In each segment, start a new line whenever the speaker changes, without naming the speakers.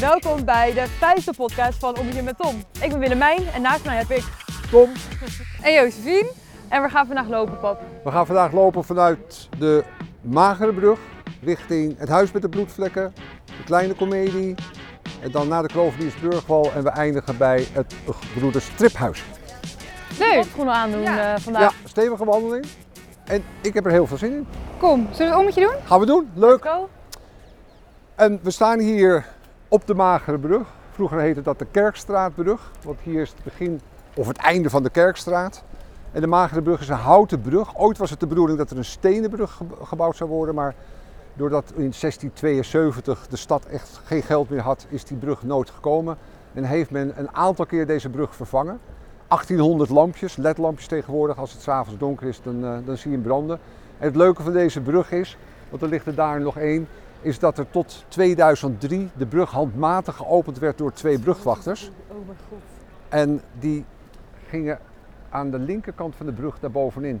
Welkom bij de vijfde podcast van Om hier met Tom. Ik ben Willemijn en naast mij heb ik
Tom,
en Josephine. En we gaan vandaag lopen, pap.
we gaan vandaag lopen vanuit de Magere Brug richting het Huis met de Bloedvlekken, de Kleine Comedie en dan naar de Kloveniersburgwal en we eindigen bij het Broeders Striphuis.
Nee. schoenen aandoen eh, vandaag.
Ja, stevige wandeling en ik heb er heel veel zin in.
Kom, zullen we het ommetje doen?
Gaan we doen, leuk.
Go.
En we staan hier op de Magere Brug. Vroeger heette dat de Kerkstraatbrug, want hier is het begin of het einde van de Kerkstraat. En de Magere Brug is een houten brug. Ooit was het de bedoeling dat er een stenen brug ge- gebouwd zou worden, maar doordat in 1672 de stad echt geen geld meer had, is die brug nooit gekomen. En heeft men een aantal keer deze brug vervangen. 1800 lampjes, ledlampjes tegenwoordig. Als het s'avonds donker is, dan, eh, dan zie je hem branden. En het leuke van deze brug is, want er ligt er daar nog één, is dat er tot 2003 de brug handmatig geopend werd door twee brugwachters.
Oh mijn god.
En die gingen aan de linkerkant van de brug daar bovenin.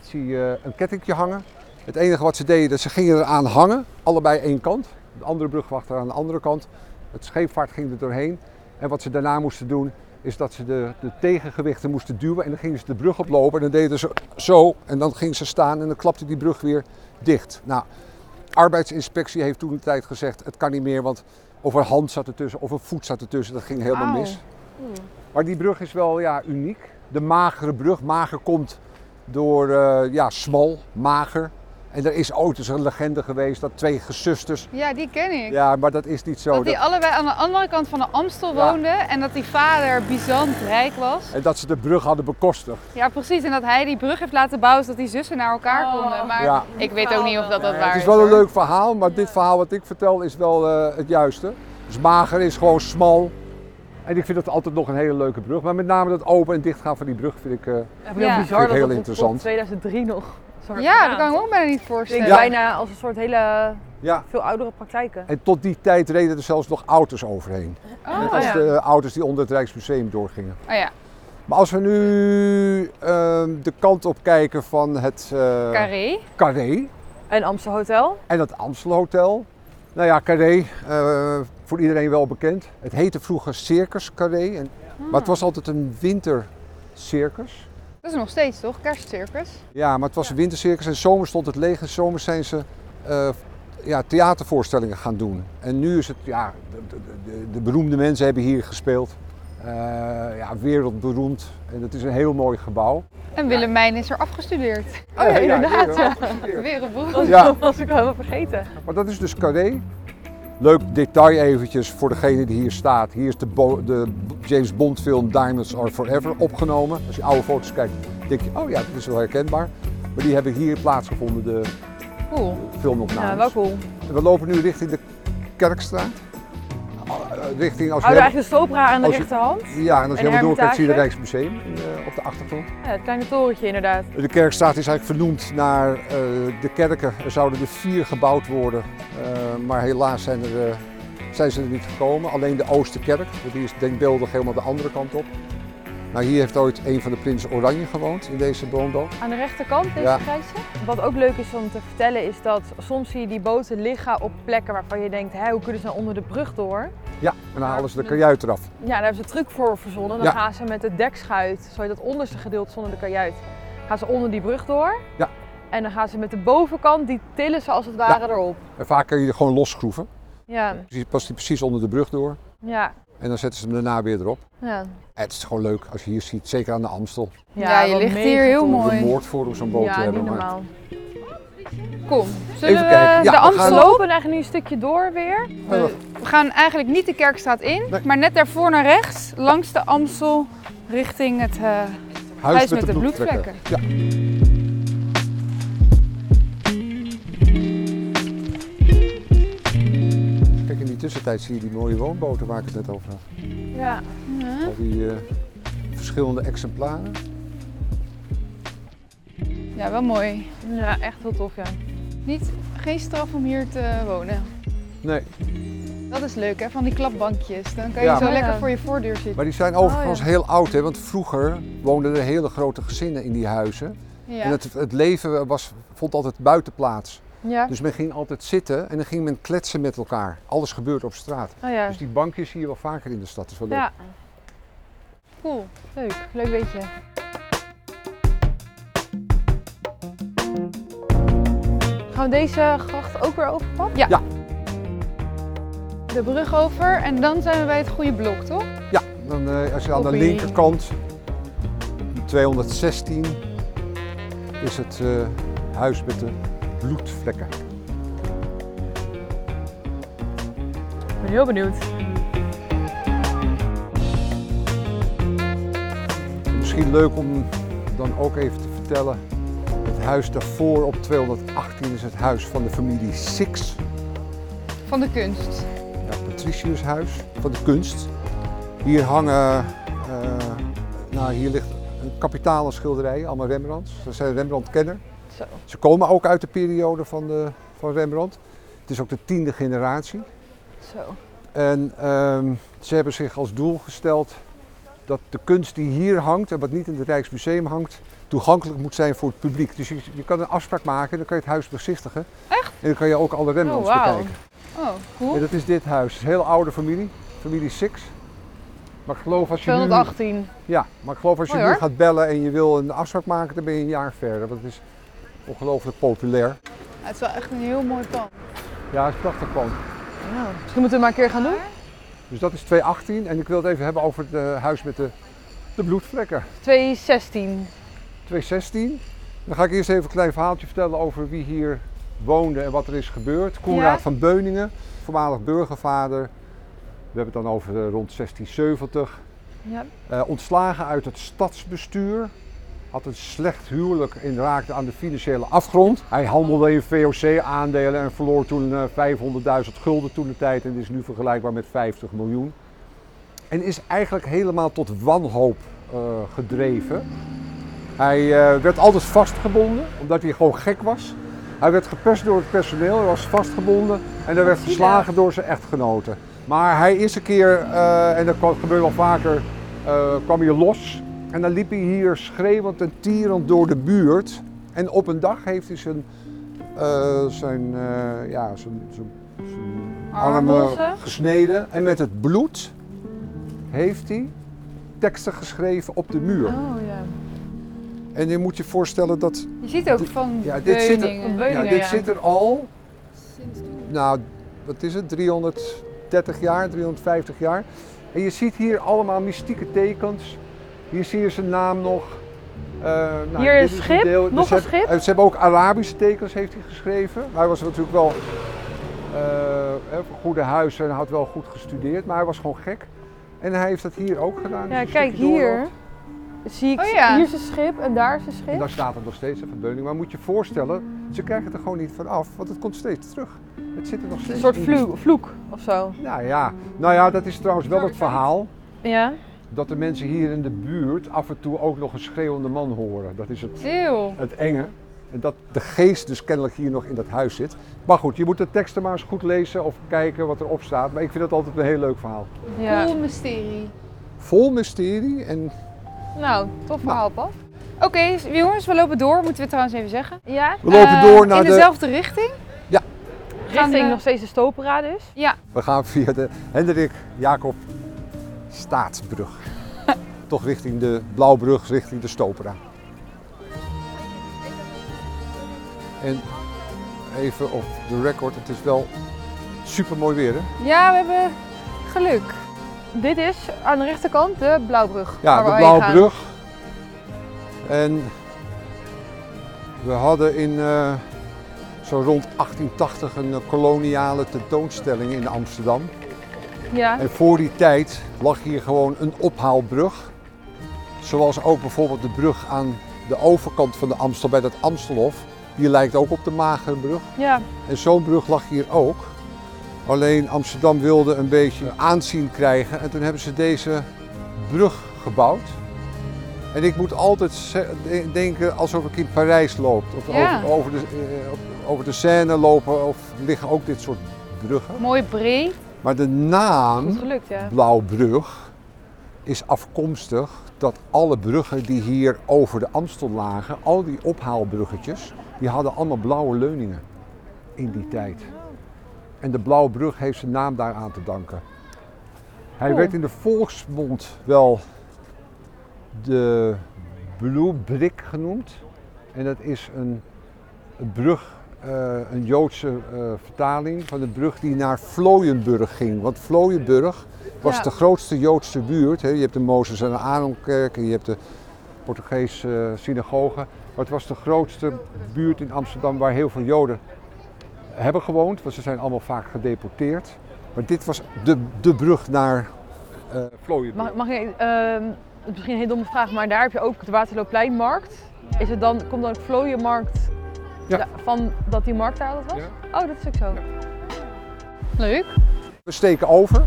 Zie je een kettingje hangen. Het enige wat ze deden, dat ze gingen eraan hangen. Allebei één kant. De andere brugwachter aan de andere kant. Het scheepvaart ging er doorheen. En wat ze daarna moesten doen, is dat ze de, de tegengewichten moesten duwen. En dan gingen ze de brug oplopen. En dan deden ze zo. En dan gingen ze staan en dan klapte die brug weer dicht. Nou, arbeidsinspectie heeft toen de tijd gezegd, het kan niet meer. Want of een hand zat ertussen, of een voet zat ertussen. Dat ging helemaal
Auw.
mis. Maar die brug is wel ja, uniek. De magere brug. Mager komt door eh, ja, smal, mager. En er is ooit eens een legende geweest dat twee gezusters.
Ja, die ken ik.
Ja, maar dat is niet zo.
dat die
Dat-
allebei aan de andere kant van de Amstel
Ja.
woonden en dat die vader bizant rijk was.
En dat ze de brug hadden bekostigd.
Ja, precies. En dat hij die brug heeft laten bouwen zodat die zussen naar elkaar
Oh.
konden. Maar
Ja.
ik weet ook niet of dat, dat
Eh,
waar
het
is.
is wel een
hoor.
leuk verhaal, maar dit verhaal wat ik vertel is wel eh, het juiste. Dus mager is gewoon smal. En ik vind dat altijd nog een hele leuke brug. Maar met name dat open en dichtgaan van die brug vind ik. eh,
Ja,
Ja.
heel
Vind ik
bizar dat
heel
dat tot- tot
interessant.
2003 nog. zo hard
Ja,
gedaan.
dat kan ik me ook bijna niet
Ik denk
voorstellen.
bijna als een soort hele
ja.
veel oudere praktijken.
En tot die tijd reden er zelfs nog auto's overheen.
Oh.
Net als
ja.
de auto's die onder het Rijksmuseum doorgingen.
Oh ja,
Maar als we nu ehm, de kant op kijken van het eh,
carré.
Carré
En Amsterdam Hotel.
en het Amstelhotel. Nou ja, Carré, eh, voor iedereen wel bekend. Het heette vroeger Circus Carré, en,
Ah.
maar het was altijd een wintercircus.
Dat is nog steeds toch? Kerstcircus.
Ja, maar het was een wintercircus en zomer stond het leeg. En zomer zijn ze eh, ja, theatervoorstellingen gaan doen. En nu is het, ja, de, de- de, de beroemde mensen hebben hier gespeeld. Eh, ja, wereldberoemd. En het is een heel mooi gebouw.
En Willemijn is er afgestudeerd.
Oh ja, inderdaad,
hier, hè.
Weer een broer.
Dat
Ja.
was ik helemaal vergeten.
Maar dat is dus Carré. Leuk detail eventjes voor degene die hier staat. Hier is de, bo- de James Bond film Diamonds Are Forever opgenomen. Als je oude foto's kijkt, denk je, oh ja, dat is wel herkenbaar. Maar die hebben hier plaatsgevonden, de
Cool.
filmopnames.
Ja, wel cool.
En We lopen nu richting de Kerkstraat. Eh, Richting als je,
Houden we eigenlijk de sloopra aan de
als je-
rechterhand.
helemaal- ja, en als je
en
helemaal doorkijkt zie je het
Hermitage?
Rijksmuseum eh, op de achtergrond.
Ja, het kleine torentje inderdaad.
De kerkstraat is eigenlijk vernoemd naar eh, de kerken. Er zouden er vier gebouwd worden, eh, maar helaas zijn, er, eh, zijn ze er niet gekomen. Alleen de Oosterkerk, want die is denkbeeldig helemaal de andere kant op. Nou, hier heeft ooit een van de prins Oranje gewoond, in deze woonboot.
Aan de rechterkant, deze
Ja.
grijze.
Wat ook leuk is om te vertellen is dat soms zie je die boten liggen op plekken waarvan je denkt, hé, hoe kunnen ze nou onder de brug door?
Ja, en dan halen ze de kajuit eraf.
Ja, daar hebben ze een truc voor verzonnen. Dan
Ja.
gaan ze met de dekschuit, zo heet dat onderste gedeelte zonder de kajuit, gaan ze onder die brug door.
Ja.
En dan gaan ze met de bovenkant, die tillen ze als het ware erop.
En vaak kun je er gewoon losschroeven.
Ja,
Dus die past die precies onder de brug door
ja,
en dan zetten ze hem daarna weer erop.
ja.
En het is gewoon leuk als je hier ziet, zeker aan de Amstel.
Ja, je
wat
ligt
mega
hier heel
cool.
mooi.
Hoe
Mooi.
moord voor om zo'n boot te
Ja,
hebben.
niet
maar-
normaal.
Kom. Zullen
Even
we
kijken. Ja,
de
we
We
gaan-
Amstel
lopen eigenlijk nu een stukje door weer.
Ja,
We gaan eigenlijk niet de kerkstraat in,
Nee.
maar net daarvoor naar rechts, langs de Amstel, richting het eh,
Huis, met, de, bloedvlekken.
bloedvlekken.
Ja. Kijk, in die tussentijd zie je die mooie woonboten waar ik het net over had.
Ja.
Al die eh, verschillende exemplaren.
Ja, wel mooi.
ja, echt heel tof, ja.
Niet, geen straf om hier te wonen.
Nee,
Dat is leuk, hè? Van die klapbankjes. Dan kan je
Ja,
zo
maar-
lekker voor je voordeur zitten.
maar die zijn overigens heel oud, hè, want vroeger woonden er hele grote gezinnen in die huizen.
Ja.
En het, het leven was, vond altijd buiten plaats.
Ja.
Dus men ging altijd zitten en dan ging men kletsen met elkaar. Alles gebeurt op straat.
Oh ja.
Dus die bankjes zie je wel vaker in de stad. Dat is wel leuk.
Ja. Cool. Leuk. Leuk beetje. Gaan we deze gracht ook weer overpad?
Ja.
Ja.
De brug over en dan zijn we bij het goede blok, toch?
Ja, dan, eh, als je aan de
Hoppie.
linkerkant, op 216, is het eh, huis met de bloedvlekken.
Ik ben heel benieuwd.
Misschien leuk om dan ook even te vertellen. Het huis daarvoor op 218 is het huis van de familie Six.
Van de kunst.
Ja, Patricius huis van de kunst. Hier hangen, eh, nou hier ligt een kapitale schilderij, allemaal Rembrandts. Ze zijn Rembrandt-kenner.
Zo.
Ze komen ook uit de periode van, de, van Rembrandt. Het is ook de tiende generatie.
Zo.
En ehm, ze hebben zich als doel gesteld dat de kunst die hier hangt en wat niet in het Rijksmuseum hangt, toegankelijk moet zijn voor het publiek. Dus je, je kan een afspraak maken, dan kan je het huis bezichtigen. Echt? En dan kan je ook alle Rembrandts
Oh, wauw.
bekijken.
Oh, cool.
En dat is dit huis. Het is een heel oude familie, familie Six. Maar ik geloof als je, nu,
218.
ja, maar ik geloof als je
Mooi,
nu
hoor.
gaat bellen en je wil een afspraak maken, dan ben je een jaar verder. Want het is ongelooflijk populair.
Het is wel echt een heel mooi pand.
Ja, het is prachtig pand.
Ja. Nou, Misschien moeten we het maar een keer gaan doen.
Dus dat is 218 en ik wil het even hebben over het eh, huis met de, de bloedvlekken.
216.
2016. Dan ga ik eerst even een klein verhaaltje vertellen over wie hier woonde en wat er is gebeurd. Koenraad
Ja.
van Beuningen, voormalig burgervader. We hebben het dan over eh, rond 1670.
Ja.
Eh, ontslagen uit het stadsbestuur. Had een slecht huwelijk en raakte aan de financiële afgrond. Hij handelde in VOC-aandelen en verloor toen eh, 500.000 gulden toen de tijd. En is nu vergelijkbaar met 50 miljoen. En is eigenlijk helemaal tot wanhoop eh, gedreven. Hij eh, werd altijd vastgebonden, omdat hij gewoon gek was. Hij werd gepest door het personeel, hij was vastgebonden en hij werd verslagen door zijn echtgenoten. Maar hij is een keer, eh, en dat kwam- gebeurt wel vaker, eh, kwam hij los. En dan liep hij hier schreeuwend en tierend door de buurt. En op een dag heeft hij zijn, eh, zijn, eh, ja, zijn, zijn, zijn armen
Armbossen?
gesneden. En met het bloed heeft hij teksten geschreven op de muur.
Oh ja.
En je moet je voorstellen dat
Je ziet ook
Dit-
van
ja, dit zit er-
Beuningen.
Beu- Beuningen,
ja, dit
ja.
zit er al, nou, wat is het, 330 jaar, 350 jaar. En je ziet hier allemaal mystieke tekens. Hier zie je zijn naam nog. Eh, nou,
Hier
dit
een
is
schip,
deel-
nog
ze
een
hebben-
schip.
eh, Ze hebben ook Arabische tekens heeft hij geschreven. Maar hij was natuurlijk wel eh, eh, van goede huis en had wel goed gestudeerd, maar hij was gewoon gek. En hij heeft dat hier ook gedaan. Dus
Ja,
een
kijk
stukje doorloopt.
hier. Zie ik,
Oh ja.
hier is een schip en daar is een
En daar
schip.
staat het nog steeds, hè, van Beuning. Maar moet je voorstellen, ze krijgen het er gewoon niet van af, want het komt steeds terug. Het zit er nog steeds
Een soort
in.
vloek, vloek of zo.
Nou ja. nou ja, dat is trouwens wel het verhaal.
Ja.
Dat de mensen hier in de buurt af en toe ook nog een schreeuwende man horen. Dat is het,
Eeuw.
het enge. En dat de geest dus kennelijk hier nog in dat huis zit. Maar goed, je moet de teksten maar eens goed lezen of kijken wat erop staat. Maar ik vind dat altijd een heel leuk verhaal.
ja.
Cool mysterie.
Vol mysterie en
Nou, tof verhaal, Pap.
Oké, jongens, we lopen door, moeten we trouwens even zeggen.
Ja.
we lopen
Eh,
door naar
In
Ehm, de...
dezelfde richting.
Richting
we-
nog steeds de stoopparade is.
We gaan via de Hendrik Jacob Staatsbrug. Toch richting de Blauwbrug, richting de Stopera. En even op de record, het is wel super mooi weer hè?
Ja, we hebben geluk.
Dit is aan de rechterkant de Blauwbrug.
Ja,
waar
de
we heen
Blauwe
gaan.
Brug. En we hadden in eh, zo rond 1880 een eh, koloniale tentoonstelling in Amsterdam.
Ja.
En voor die tijd lag hier gewoon een ophaalbrug. Zoals ook bijvoorbeeld de brug aan de overkant van de Amstel bij dat Amstelhof. Die lijkt ook op de Magerbrug.
ja.
En zo'n brug lag hier ook. Alleen Amsterdam wilde een beetje aanzien krijgen en toen hebben ze deze brug gebouwd. En ik moet altijd ze- de- denken alsof ik in Parijs loop. Of
Ja.
over, over, de, eh, op- over de Seine lopen of liggen ook dit soort bruggen.
Mooi breed.
Maar de naam
Goed gelukt, ja.
Blauwbrug is afkomstig dat alle bruggen die hier over de Amstel lagen, al die ophaalbruggetjes, die hadden allemaal blauwe leuningen. in die tijd. En de Blauwe Brug heeft zijn naam daaraan te danken. Hij
Cool.
werd in de volksmond wel de Blue Brick genoemd. En dat is een, een brug, eh, een Joodse eh, vertaling van de brug die naar Vlooienburg ging. Want Vlooienburg was
Ja.
de grootste Joodse buurt. Hè. Je hebt de Mozes en de Aaronkerk en je hebt de Portugese eh, synagoge. Maar het was de grootste buurt in Amsterdam waar heel veel Joden hebben gewoond. Want ze zijn allemaal vaak gedeporteerd. Maar dit was de, de brug naar eh Vlooienburg.
Mag, mag ik, ehm, het is misschien een hele domme vraag, maar daar heb je ook de Waterloopleinmarkt. Is het dan, komt dan ook Vlooienmarkt
Ja.
da- van dat die markt daar altijd was? Oh, dat is ook zo.
Leuk.
We steken over.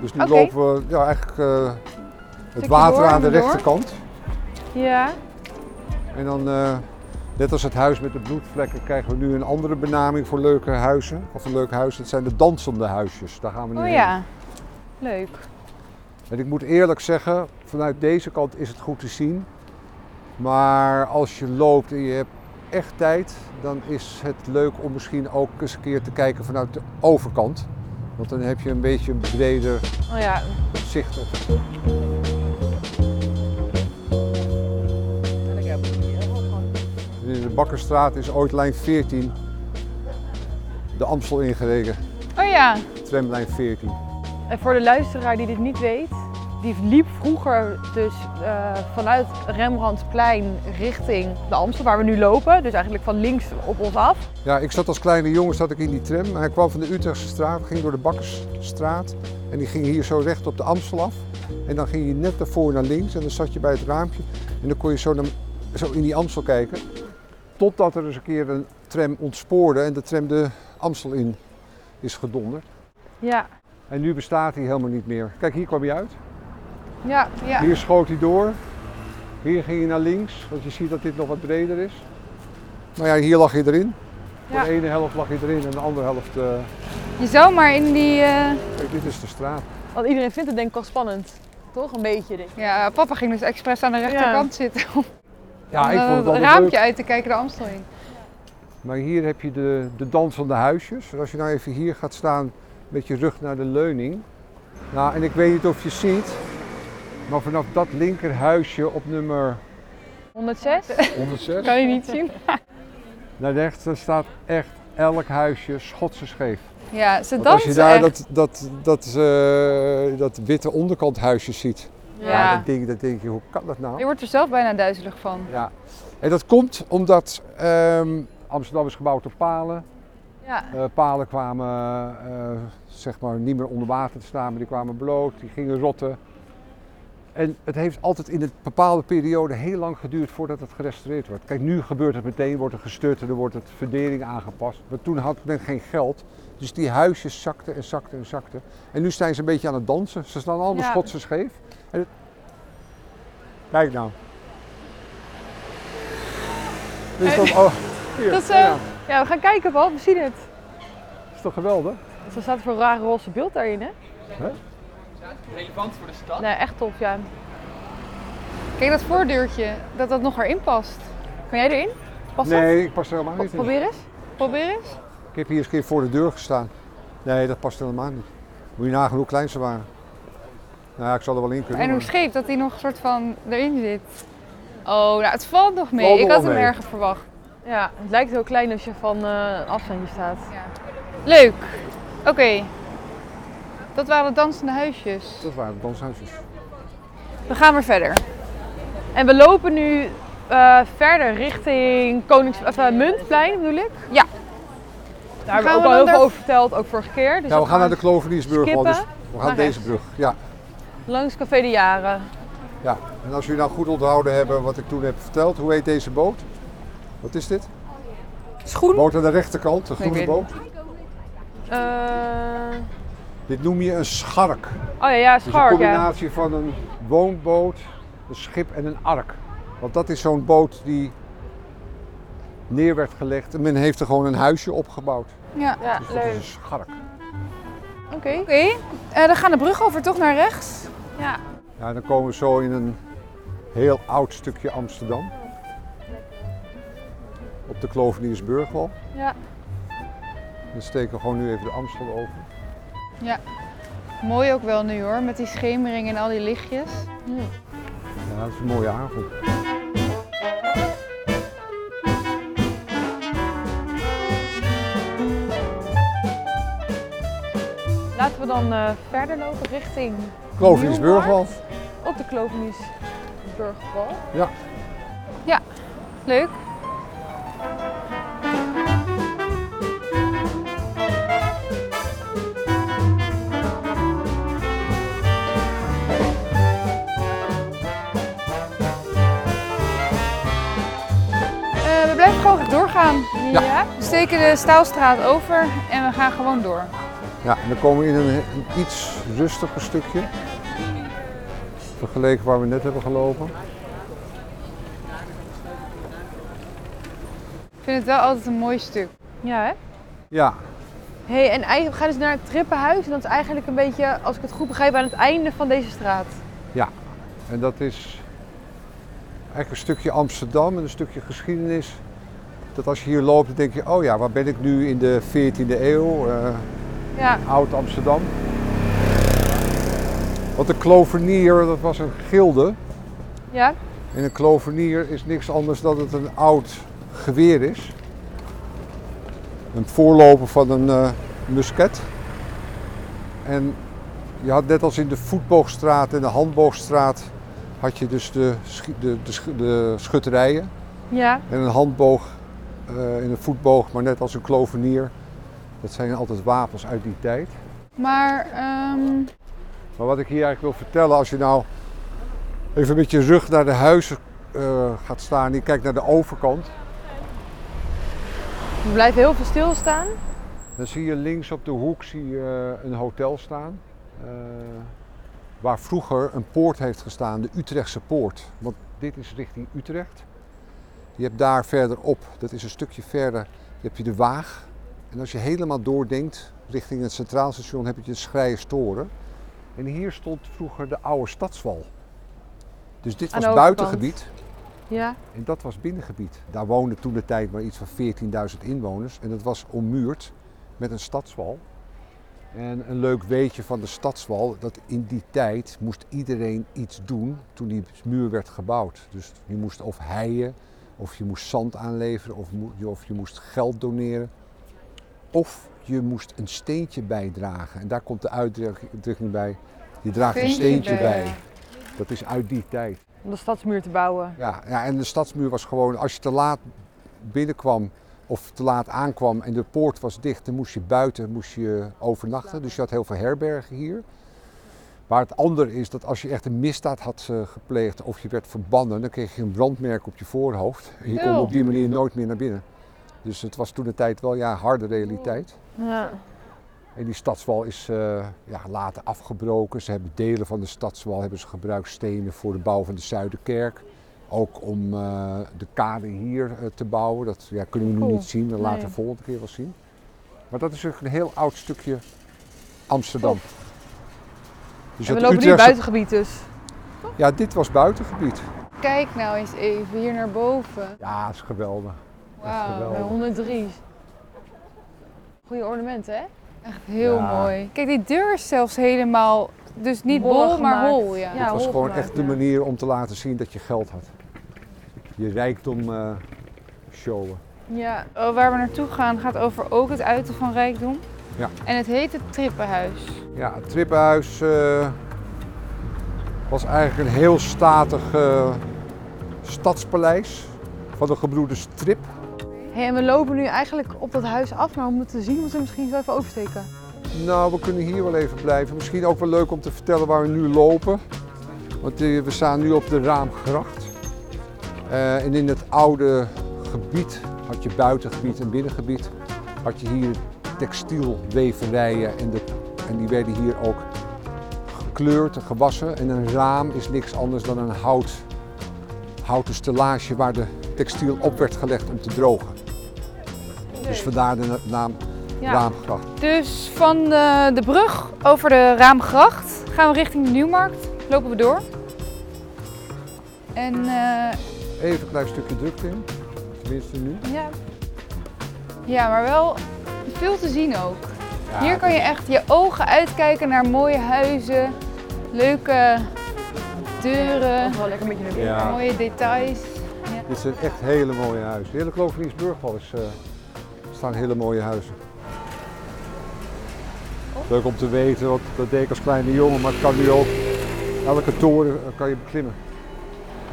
Dus nu
Oké.
lopen we ja, eigenlijk eh, het
Stukje
water
door,
aan de
door.
rechterkant.
Ja.
En dan, eh, net als het huis met de bloedvlekken, krijgen we nu een andere benaming voor leuke huizen. Of een leuk huis, dat zijn de dansende huisjes. Daar gaan we nu
Oh
heen.
ja, leuk.
En ik moet eerlijk zeggen, vanuit deze kant is het goed te zien. Maar als je loopt en je hebt echt tijd, dan is het leuk om misschien ook eens een keer te kijken vanuit de overkant. Want dan heb je een beetje een breder
Oh ja,
zicht op het In de Bakkerstraat is ooit lijn 14 de Amstel ingereden,
Oh ja,
tramlijn 14.
En voor de luisteraar die dit niet weet, die liep vroeger dus eh, vanuit Rembrandtplein richting de Amstel, waar we nu lopen. Dus eigenlijk van links op ons af.
Ja, ik zat als kleine jongen zat ik in die tram. Hij kwam van de Utrechtse straat, ging door de Bakkersstraat. En die ging hier zo recht op de Amstel af. En dan ging je net daarvoor naar links en dan zat je bij het raampje. En dan kon je zo, naar, zo in die Amstel kijken. Totdat er eens een keer een tram ontspoorde en de tram de Amstel in is gedonderd.
Ja,
En nu bestaat hij helemaal niet meer. Kijk, hier kwam hij uit.
ja, ja.
Hier schoot hij door. Hier ging hij naar links, want je ziet dat dit nog wat breder is. Maar ja, hier lag hij erin.
Ja.
De ene helft lag hij erin en de andere helft... eh,
Je zou maar in die... eh,
Kijk, dit is de straat.
want iedereen vindt het denk ik wel spannend. Toch een beetje, denk ik.
Ja, papa ging dus expres aan de rechterkant zitten om
Ja, Ah, ik
eh,
vond het
het
altijd
raampje
leuk.
uit te kijken de Amstel in.
Maar hier heb je de, de dansende huisjes. En als je nou even hier gaat staan met je rug naar de leuning. Nou, en ik weet niet of je ziet, maar vanaf dat linkerhuisje op nummer
106?
106
Kan je niet zien?
naar rechts, daar staat echt elk huisje schotse scheef.
Ja, ze
Want als je
dansen
daar
echt.
dat, dat, dat, eh, dat witte onderkant huisje ziet,
Ja.
ja. dan, denk, dan denk je, hoe kan dat nou?
Je wordt er zelf bijna duizelig van.
Ja. En dat komt omdat ehm, Amsterdam is gebouwd op palen.
Ja.
Eh, palen kwamen eh, zeg maar niet meer onder water te staan, maar die kwamen bloot, die gingen rotten. En het heeft altijd in een bepaalde periode heel lang geduurd voordat het gerestaureerd wordt. Kijk, nu gebeurt het meteen, wordt er gestut en er wordt het fundering aangepast. Maar toen had men geen geld, dus die huisjes zakten en zakten en zakten. En nu zijn ze een beetje aan het dansen. Ze staan allemaal
Ja.
schotse scheef. En het- Kijk nou. Dit is toch, oh, hier,
Eh, Dat is,
kijk
eh,
nou.
Ja, we gaan kijken, Paul. We zien het.
is toch geweldig?
Dus er staat voor een raar roze beeld daarin, hè?
relevant voor de stad.
Nee, echt tof, ja.
Kijk dat voordeurtje, dat dat nog erin past.
Kan jij erin? Past dat?
Nee, ik pas er helemaal
Pro-
niet in.
Probeer eens.
Probeer eens.
Ik heb hier eens een keer voor de deur gestaan. Nee, dat past helemaal niet. Moet je nagaan hoe klein ze waren. Nou ja, ik zal er wel in kunnen.
En hoe
maar-
scheep dat die nog een soort van erin zit. Oh, nou het valt nog mee.
Valt
Ik
nog
had hem
mee.
erger verwacht.
Ja, het lijkt heel klein als je van eh een afstandje staat.
Leuk. Oké. Dat waren dansende huisjes.
Dat waren danshuisjes.
We gaan weer verder.
En we lopen nu eh, verder richting Konings, of, eh, Muntplein, bedoel ik.
Ja.
Daar hebben
Gaan
we ook
we
al heel veel
dan daar-
over verteld, ook vorige keer. Dus
Nou,
dat
we gaan naar de Kloveniersbrug wel, dus
skippen
we
naar
gaan deze brug. Ja,
Langs Café de Jaren.
ja. En als jullie nou goed onthouden hebben wat ik toen heb verteld, hoe heet deze boot? Wat is dit?
Schoen?
Boot aan de rechterkant, de groene
weet
boot. Dit noem je een schark.
Eh, oh ja, ja,
Dus een
Schark, ja.
combinatie van een woonboot, een schip en een ark. Want dat is zo'n boot die neer werd gelegd en men heeft er gewoon een huisje opgebouwd.
Ja.
Ja,
Dus dat is
leuk.
een schark.
Oké.
Oké, Eh dan gaan de brug over toch naar rechts?
Ja.
Ja, dan komen we zo in een heel oud stukje Amsterdam. Op op de Kloveniersburgwal.
Ja.
Dan steken we gewoon nu even de Amstel over.
Mooi ook wel nu hoor, met die schemering en al die lichtjes.
Ja, dat is een mooie avond.
Laten we dan eh, verder lopen richting
Kloveniersburgwal.
op de Kloveniersburgwal.
Leuk. Eh, Eh, we blijven gewoon echt doorgaan.
Ja.
We steken de Staalstraat over en we gaan gewoon door.
Ja, en dan komen we in een, een iets rustiger stukje. Vergeleken waar we net hebben gelopen.
Ik vind het wel altijd een mooi stuk.
Ja, hè?
Ja,
hey, en eigenlijk- we gaan dus naar het Trippenhuis. En dat is eigenlijk een beetje, als ik het goed begrijp, aan het einde van deze straat.
en dat is eigenlijk een stukje Amsterdam en een stukje geschiedenis. Dat als je hier loopt, dan denk je, oh ja, waar ben ik nu in de 14e eeuw? Eh,
Ja,
Oud Amsterdam. Want de klovenier, dat was een gilde.
ja,
En een klovenier is niks anders dan het een oud geweer is. Een voorloper van een eh, musket. En je had net als in de voetboogstraat en de handboogstraat had je dus de, schi- de, de, sch- de schutterijen.
Ja.
En een handboog eh, en een voetboog, maar net als een klovenier. Dat zijn altijd wapens uit die tijd.
maar ehm,
Maar wat ik hier eigenlijk wil vertellen, als je nou even met je rug naar de huizen eh, gaat staan en je kijkt naar de overkant,
We blijven heel veel stilstaan.
dan zie je links op de hoek zie je, eh, een hotel staan. eh, waar vroeger een poort heeft gestaan, de Utrechtse poort. Want dit is richting Utrecht. Je hebt daar verderop, dat is een stukje verder, heb je de Waag. En als je helemaal doordenkt richting het Centraal Station heb je de Schrijenstoren. En hier stond vroeger de oude stadswal. Dus dit
Aan
was
de overkant.
buitengebied.
Ja.
En dat was binnengebied. Daar woonden toen de tijd maar iets van 14.000 inwoners. En dat was ommuurd met een stadswal. En een leuk weetje van de stadswal, dat in die tijd moest iedereen iets doen toen die muur werd gebouwd. Dus je moest of heien, of je moest zand aanleveren, of, mo- je- of je moest geld doneren. Of je moest een steentje bijdragen. En daar komt de uitdrukking bij, je draagt een
Steentje
steentje
bij.
bij. Dat is uit die tijd.
Om de stadsmuur te bouwen.
Ja, ja, en de stadsmuur was gewoon, als je te laat binnenkwam of te laat aankwam en de poort was dicht, dan moest je buiten moest je overnachten. Dus je had heel veel herbergen hier. Maar het andere is dat als je echt een misdaad had eh, gepleegd of je werd verbannen, dan kreeg je een brandmerk op je voorhoofd. En je kon
Zo.
op die manier nooit meer naar binnen. Dus het was toen de tijd wel ja, harde realiteit.
Ja.
En die stadswal is eh, ja, later afgebroken. Ze hebben delen van de stadswal hebben ze gebruikt, stenen voor de bouw van de Zuiderkerk. Ook om eh, de kade hier eh, te bouwen. Dat ja, kunnen we nu
Cool.
niet zien, dat laten
Nee.
we volgende keer wel zien. Maar dat is echt een heel oud stukje Amsterdam. Dus
En we
dat
lopen nu
Utrechtse-
buitengebied dus.
Ja, dit was buitengebied.
kijk nou eens even hier naar boven.
Ja, dat is geweldig. Oh.
Wauw,
Bij 103. Goeie ornamenten, hè?
echt heel
Ja.
mooi. Kijk, die deur is zelfs helemaal, dus niet
Bol
bol, maar
gemaakt.
hol. Ja.
Ja.
Het was
hol
gewoon
gemaakt,
echt de
ja.
manier om te laten zien dat je geld had. Je rijkdom eh, showen.
Ja.
Oh, Waar we naartoe gaan gaat over ook het uiten van rijkdom.
Ja.
En het heet het Trippenhuis.
Ja, het Trippenhuis eh, was eigenlijk een heel statig eh, stadspaleis van de gebroeders Trip.
Hey, en we lopen nu eigenlijk op dat huis af, maar om het te zien moeten we misschien zo even oversteken.
Nou, we kunnen hier wel even blijven. Misschien ook wel leuk om te vertellen waar we nu lopen. Want eh, we staan nu op de Raamgracht. Eh, en in het oude gebied had je buitengebied en binnengebied. Had je hier textielweverijen en, de, en die werden hier ook gekleurd en gewassen. En een raam is niks anders dan een hout, houten stellage waar de textiel op werd gelegd om te drogen. Dus vandaar de na- naam
Ja.
Raamgracht.
Dus van de, de brug over de Raamgracht gaan we richting de Nieuwmarkt. Lopen we door. En eh,
Even een klein stukje drukte in. tenminste nu.
Ja. ja, maar wel veel te zien ook.
Ja,
Hier kan je echt je ogen uitkijken naar mooie huizen, leuke deuren,
Dat is wel lekker met je naar binnen.
Ja.
mooie details.
Dit zijn echt hele mooie huizen. Hele Kloveringsburg is, eh staan hele mooie huizen. Leuk om te weten, want dat deed ik als kleine jongen, maar het kan nu ook. Elke toren eh, kan je beklimmen.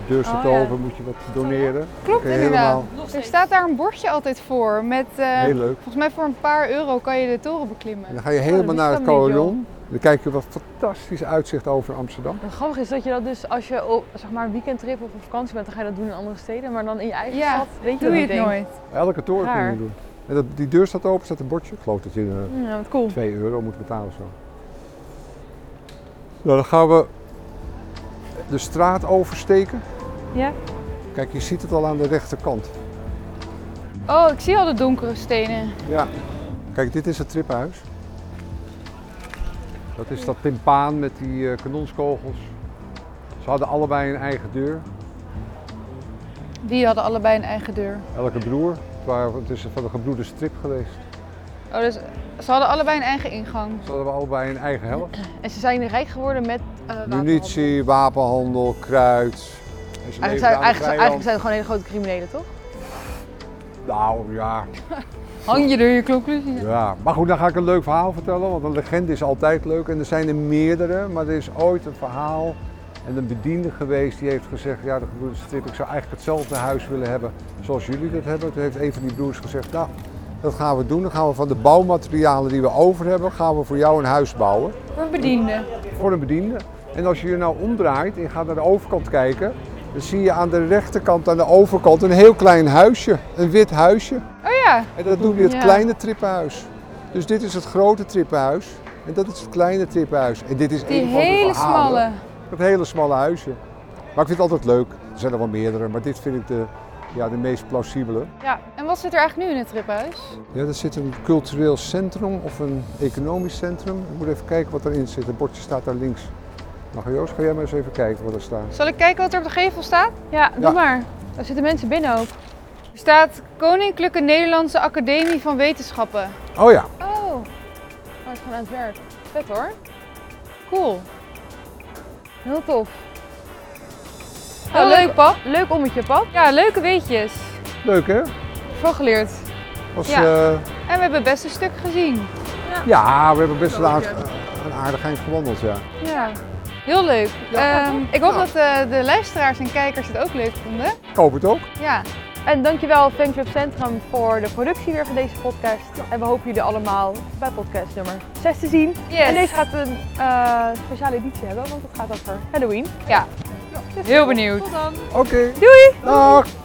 De deur staat
Oh, ja.
open, moet je wat doneren.
Klopt
Kun je
inderdaad.
helemaal-
Er staat daar een bordje altijd voor met, eh,
Heel leuk.
volgens mij voor een paar euro kan je de toren beklimmen.
En dan ga je helemaal
wist
naar
ik
het
dan niet, joh.
Koolon. Dan kijk je wat fantastisch uitzicht over Amsterdam.
Het grappige is dat je dat dus als je op zeg maar, een weekendtrip of op vakantie bent, dan ga je dat doen in andere steden. Maar dan in je eigen
Ja,
stad weet je
Doe
dat
je
niet
het
eens.
nooit?
Elke toren kun je
Raar.
doen. En dat, die deur staat open, staat een bordje. Ik geloof dat je eh,
Ja, wat cool.
2 euro moet betalen zo. Nou, dan gaan we de straat oversteken.
Ja.
Kijk, je ziet het al aan de rechterkant.
Oh, ik zie al de donkere stenen.
Ja. Kijk, dit is het triphuis. Dat is dat timpaan met die eh, kanonskogels. Ze hadden allebei een eigen deur.
Die hadden allebei een eigen deur.
Elke broer. Het, waren, het is van de gebroeders strip geweest.
Oh, dus ze hadden allebei een eigen ingang.
Ze hadden we allebei een eigen helft.
En ze zijn rijk geworden met eh wapenhandel.
Munitie, wapenhandel, kruid. En ze leefden
Eigenlijk zijn,
aan de
eigenlijk, eigenlijk
vijand.
zijn het gewoon hele grote criminelen, toch?
Nou ja,
Hang je er je conclusie aan?
Ja, maar goed, dan ga ik een leuk verhaal vertellen, want een legende is altijd leuk. En er zijn er meerdere, maar er is ooit een verhaal en een bediende geweest die heeft gezegd, ja, de gebroeders Strip, ik zou eigenlijk hetzelfde huis willen hebben zoals jullie dat hebben. Toen heeft een van die broers gezegd, nou, dat gaan we doen. Dan gaan we van de bouwmaterialen die we over hebben, gaan we voor jou een huis bouwen.
Voor een bediende.
Voor een bediende. En als je je nou omdraait en je gaat naar de overkant kijken, dan zie je aan de rechterkant, aan de overkant, een heel klein huisje. Een wit huisje.
Oh ja,
En dat noemen we het
Ja.
kleine trippenhuis. Dus dit is het grote trippenhuis en dat is het kleine trippenhuis. En dit is
die
een van de
hele
verhalen.
smalle.
Dat hele smalle huisje. Maar ik vind het altijd leuk. Er zijn er wel meerdere, maar dit vind ik de, ja, de meest plausibele.
Ja, en wat zit er eigenlijk nu in het triphuis?
Ja, er zit een cultureel centrum of een economisch centrum. Ik moet even kijken wat erin zit. Het bordje staat daar links. Mag Joost, ga jij maar eens even kijken wat er staat.
Zal ik kijken wat er op de gevel staat?
Ja, doe
Ja.
maar. Daar zitten mensen binnen ook.
Er staat Koninklijke Nederlandse Academie van Wetenschappen.
Oh ja,
Oh, oh het is gewoon aan het werk. Vet hoor.
Cool.
Heel tof.
Oh, leuk pap.
Leuk ommetje, pap.
Ja, leuke weetjes.
leuk hè?
Veel geleerd.
Was,
Ja.
eh,
En we hebben best een stuk gezien.
ja, we hebben best wel aard- een aardig eind gewandeld, ja.
Ja. Heel leuk.
Ja.
Ehm, ik hoop
Ja.
dat eh, de luisteraars en kijkers het ook leuk vonden.
Ik hoop het ook.
Ja.
En dankjewel Fanclub Centrum voor de productie weer van deze podcast. En we hopen jullie allemaal bij podcast nummer 6 te zien.
Yes.
En deze gaat een eh, speciale editie hebben, want het gaat over Halloween.
Ja.
Dus
Heel benieuwd.
Tot dan.
Oké. Doei. Dag.